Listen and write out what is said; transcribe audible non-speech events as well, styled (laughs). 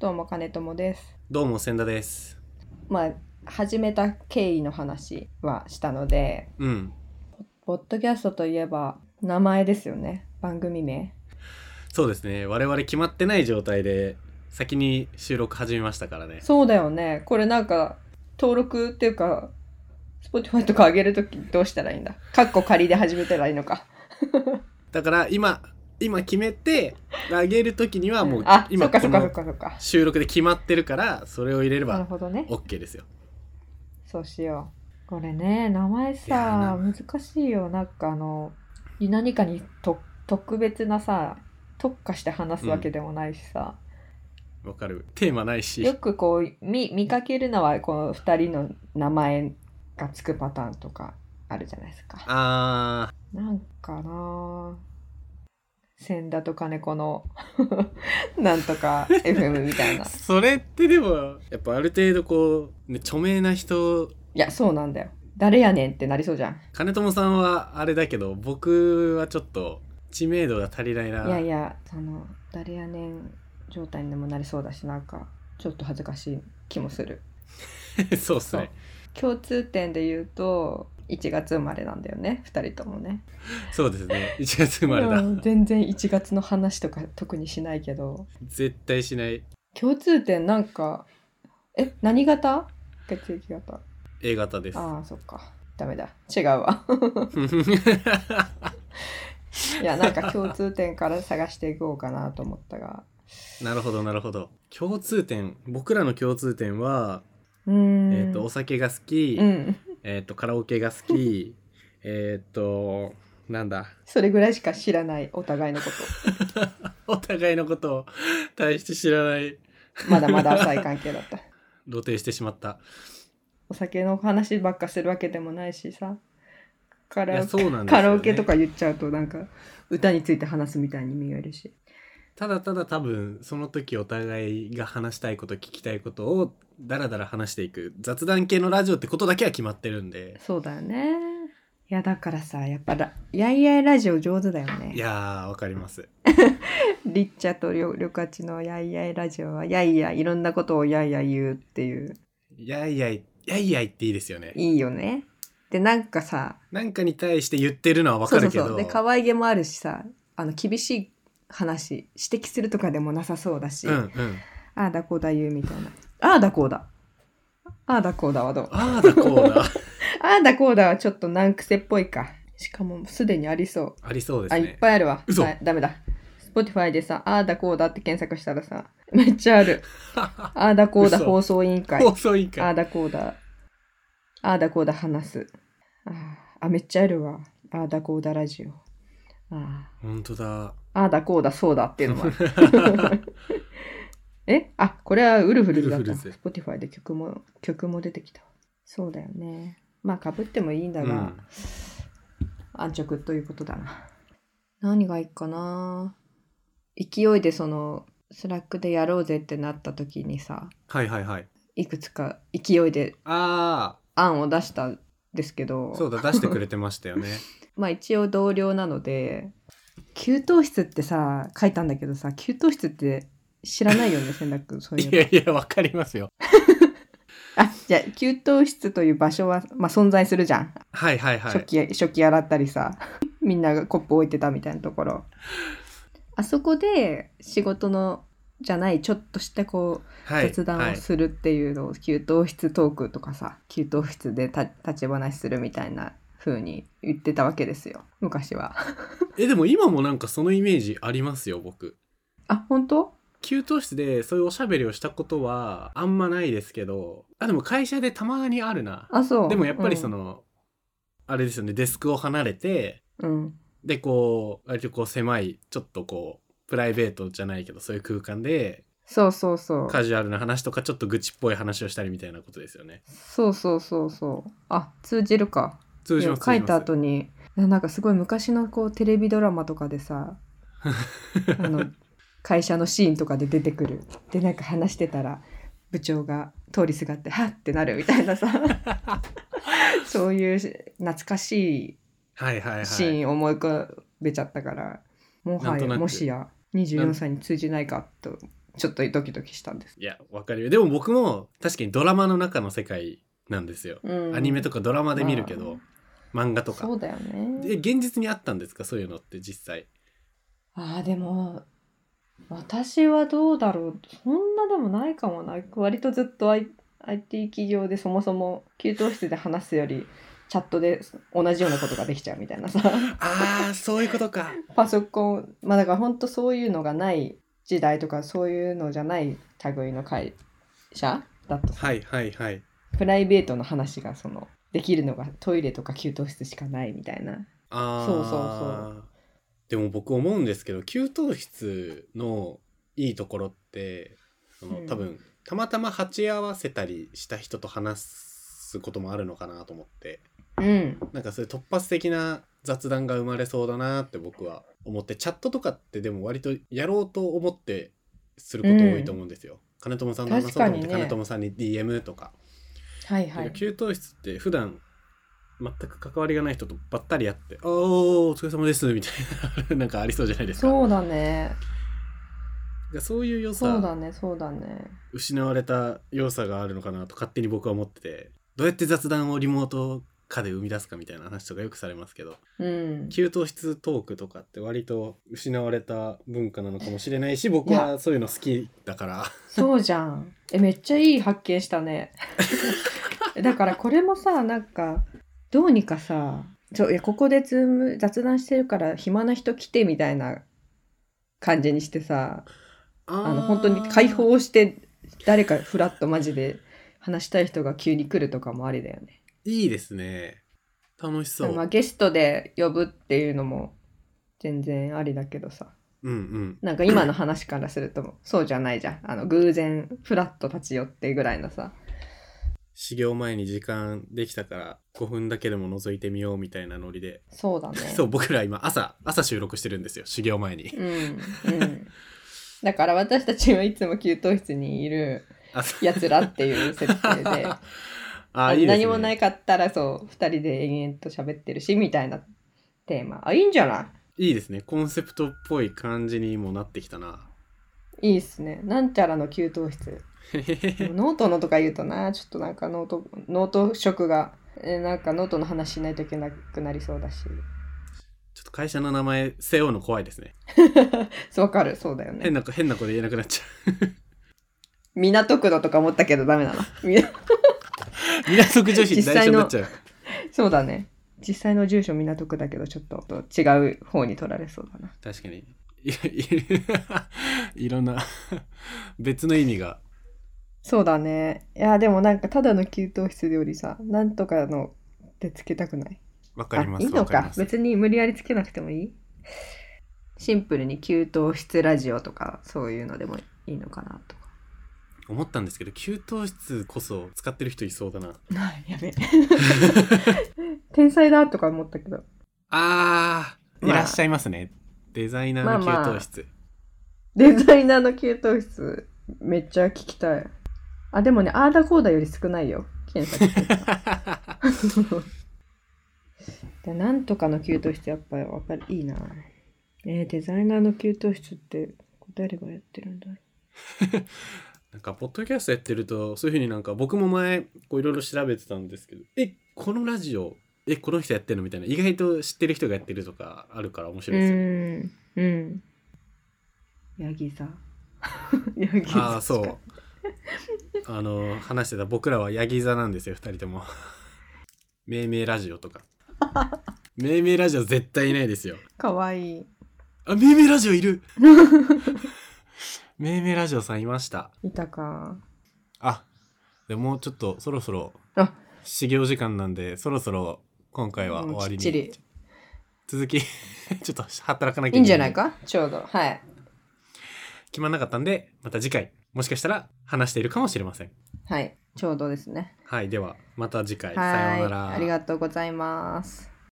どうも金友です。どうも千田です。まあ始めた経緯の話はしたので、うん。ポッドキャストといえば名前ですよね。番組名。そうですね。我々決まってない状態で先に収録始めましたからね。そうだよね。これなんか登録っていうか、Spotify とか上げるときどうしたらいいんだ。カッコ仮で始めたらいいのか。だから今今決めて上げる時にはもうあ、そ今っかこそっかそっのかそっか。収録で決まってるからそれを入れれなるばほどね。 OK ですよ。そうしよう。これね、名前いやー名さ、難しいよ。なんかあの、何かにと特別なさ、特化して話すわけでもないしさ、わかる。テーマないしよ。くこう見見かけるのはこの2人の名前がつくパターンとかあるじゃないですか。あなんかなぁ千田と金子の (laughs) なんとか FM みたいな。ーいそれってでもやっぱある程度こう、ね、著名な人やそうなんだよ。誰やねんってなりそうじゃん。金友さんはあれだけど僕はちょっと知名度が足りないな。いやいやその誰やねん状態にもなりそうだしなんかちょっと恥ずかしい気もする。 (laughs) そうっすね。共通点で言うと1月生まれなんだよね2人ともね。そうですね。1月生まれだい。や全然1月の話とか特にしないけど絶対しない共通点なんかえ何型血液型 A 型です。ああそっかダメだ違うわ (laughs) いやなんか共通点から探していこうかなと思ったが (laughs) なるほどなるほど。共通点僕らの共通点は、うーんえっとお酒が好き、うんえっとカラオケが (laughs) 好きえっとなんだそれぐらいしか知らないお互いのこお互いのことを (laughs) 大して知らないとまだまだ浅い関係だ (laughs) った露呈してしまった。お酒の話ばっかするわけでもないしさカいラオやケそうなんですよ、ね、カラオケとか言っちゃうとなんか歌について話すみたいに見えるしただただ多分その時お互いが話したいこと聞きたいことをダラダラ話していく雑談系のラジオってことだけは決まってるんでそうだよね。いやだからさやっぱら「やいやいラジオ」上手だよね。いやーわかりますリッチャとりょりょかちの「やいやいラジオ」は「やいやいいろんなことをやいやい言う」っていうやいやいやいやいっていいですよねいいよね。でなんかさなんかに対して言ってるのはわかるけどそうそうそうで可愛げもあるしさあの厳しい話指摘するとかでもなさそうだし、うんうん、ああだこうだ言うみたいな「ああだこうだ」「ああだこうだ」はどうああだこ (laughs) うだああだこうだはちょっと難癖っぽいか。しかもすでにありそう。ありそうであ、いすっねぱいあるわ。嘘だダメだ。Spotify でさ、ああだこうだって検索したらさ、めっちゃある。ああだこうだ嘘放送委員会。放送委員ああ会だこうだ。ああだこうだ話す。あーあ、めっちゃあるわ。ああだこうだラジオ。あ本当だーあーだこうだそうだっていうのもあ (laughs) る。えあ、これはウルフルズだった。ウルフル Spotify で曲も、曲も出てきたわ。そうだよね。まあ、かぶってもいいんだが、うん安直ということだな。何がいいかな勢いでそのスラックでやろうぜってなった時にさはいはいはいいくつか勢いであ案を出したんですけどあそうだ出してくれてましたよね (laughs) まあ一応同僚なので給湯室ってさ書いたんだけどさ給湯室って知らないよね千田君そういういのやいやわかりますよあじゃあ給湯室という場所は、まあ、存在するじゃん、はいはいは食い器食器洗ったりさ (laughs) みんながコップ置いてたみたいなところあそこで仕事のじゃないちょっとしたこうはい雑談はをいするっていうのを、給湯室トークとかさ給湯室でた立ち話するみたいな風に言ってたわけですよ昔はえでも今もなんかそのイメージありますよ僕あ本当給湯室でそういうおしゃべりをしたことはあんまないですけどあでも会社でたまにあるなあそうでもやっぱりそうんの、あれですよねデスクを離れてうんでこう割とこう狭いちょっとこうプライベートじゃないけどそういう空間でそうそうそうカジュアルな話とかちょっと愚痴っぽい話をしたりみたいなことですよねそうそうそうそうあ通じるか通い常や書いた後にななんかすごい昔のこうテレビドラマとかでさ (laughs) あの会社のシーンとかで出てくるでなんか話してたら部長が通りすがって「はっ!」ってなるみたいな (laughs) さそういう懐かしはいはいはいいシーンを思い浮かべちゃったから、もなはんとなやくもしや24歳に通じないかとちょっとドキドキしたんです。いやわかるよでも僕も確かにドラマの中の世界なんですよ、うん、アニメとかかドラマで見るけど、漫画とかそうだよね。で現実にあったんですかそういうのって実際ああでも私はどうだろうそんなでもないかもな割とずっと I- IT 企業でそもそも給湯室で話すよりチャットで同じようなことができちゃうみたいなさああそういうことかパソコンまあだからほんとそういうのがない時代とかそういうのじゃない類の会社だとはいはいはいプライベートの話がそのできるのがトイレとか給湯室しかないみたいな。ああそうそうでも僕思うんですけど給湯室のいいところってそのうん多分、たまたま鉢合わせたりした人と話すこともあるのかなと思ってうん、なんかそういう突発的な雑談が生まれそうだなって僕は思ってチャットとかってでも割とやろうと思ってすること多いと思うんですよ。金友さんの話そうと思って確かにね金友さんに DM とかはいはい。給湯室って普段全く関わりがない人とばったり会って「あおお疲れ様です」みたいな (laughs) なんかありそうじゃないですかそうだね。そういう良そうさだね。そうだね。失われた良さがあるのかなと勝手に僕は思っててどうやって雑談をリモート化で生み出すかみたいな話とかよくされますけどうん。給湯室トークとかって割と失われた文化なのかもしれないし僕はそういうの好きだからそうじゃん。え、めっちゃいい発見した (laughs) ね。だからこれもさ、なんか、どうにかさ、そういやここでズーム雑談してるから暇な人来てみたいな感じにしてさ、あの本当に解放して誰かフラッとマジで話したい人が急に来るとかもありだよね。いいですね楽しそう、まあゲストで呼ぶっていうのも全然ありだけどさ。うんうんなんか今の話からするとそうじゃないじゃん。あの偶然フラッと立ち寄ってぐらいのさ。始業前に時間できたから5分だけでも覗いてみようみたいなノリで、そう (laughs) だね。そう僕ら今朝朝収録してるんですよ始業前に、うんうん、だから私たちはいつも給湯室にいる朝やつらっていう設定で (laughs) ああーいいです、ね、何もないかったらそう2人で延々と喋ってるしみたいなテーマあいいんじゃないいいですねコンセプトっぽい感じにもなってきたないいいっすねなんちゃらの給湯室でもノートのとか言うとなちょっとなんかノートノート色がえーなんかノートの話しないといけなくなりそうだしちょっと会社の名前背負うの怖いですねそうわかるそうだよ変ねな子変な子で言えなくなっちゃ (laughs) 港区のとか思ったけどダメなの (laughs) みう港区女子代表になっちゃうそうだね実際の住所港区だけどちょっと違う方に取られそうだな確かにいいいろんな別の意味がそうだね。いや、でもなんかただの給湯室よりさ、なんとかのってつけたくない。わかりますあいいのわりかま。す別に無理やりつけなくてもいいシンプルに給湯室ラジオとかそういうのでもいいのかなとか。思ったんですけど給湯室こそ使ってる人いそうだなや (laughs) べ。天才だとか思ったけど。あー、まあいらっしゃいますねデザイナーの給湯室、 (laughs) デザイナーの給湯室めっちゃ聞きたい。あ、でもね、あーだこーだより少ないよ。検索してた (laughs) でなんとかの給湯室やっぱわかるいいな。えーデザイナーの給湯室って誰がやってるんだろう。 (laughs) なんかポッドキャストやってるとそういうふうになんか僕も前こういろいろ調べてたんですけどえこのラジオえこの人やってるのみたいな意外と知ってる人がやってるとかあるから面白いですよ、ん。うん。ヤギ座。 (laughs) ヤギ座しかああそう (laughs) あの話してた僕らはヤギ座なんですよ2人とも (laughs) 命名ラジオとか命名ラジオ絶対いないですよかわいい。あ命名ラジオいる (laughs) 命名ラジオさんいましたいたか。あでももうちょっとそろそろあ始業時間なんでそろそろ今回は終わりもうきっちにり続き (laughs) ちょっと働かなきいゃいんじゃないかちょうど。はい。決まんなかったんでまた次回もしかしたら話しているかもしれませんはい。ちょうどですね。はいではまた次回さはようい。ならありがとうございます。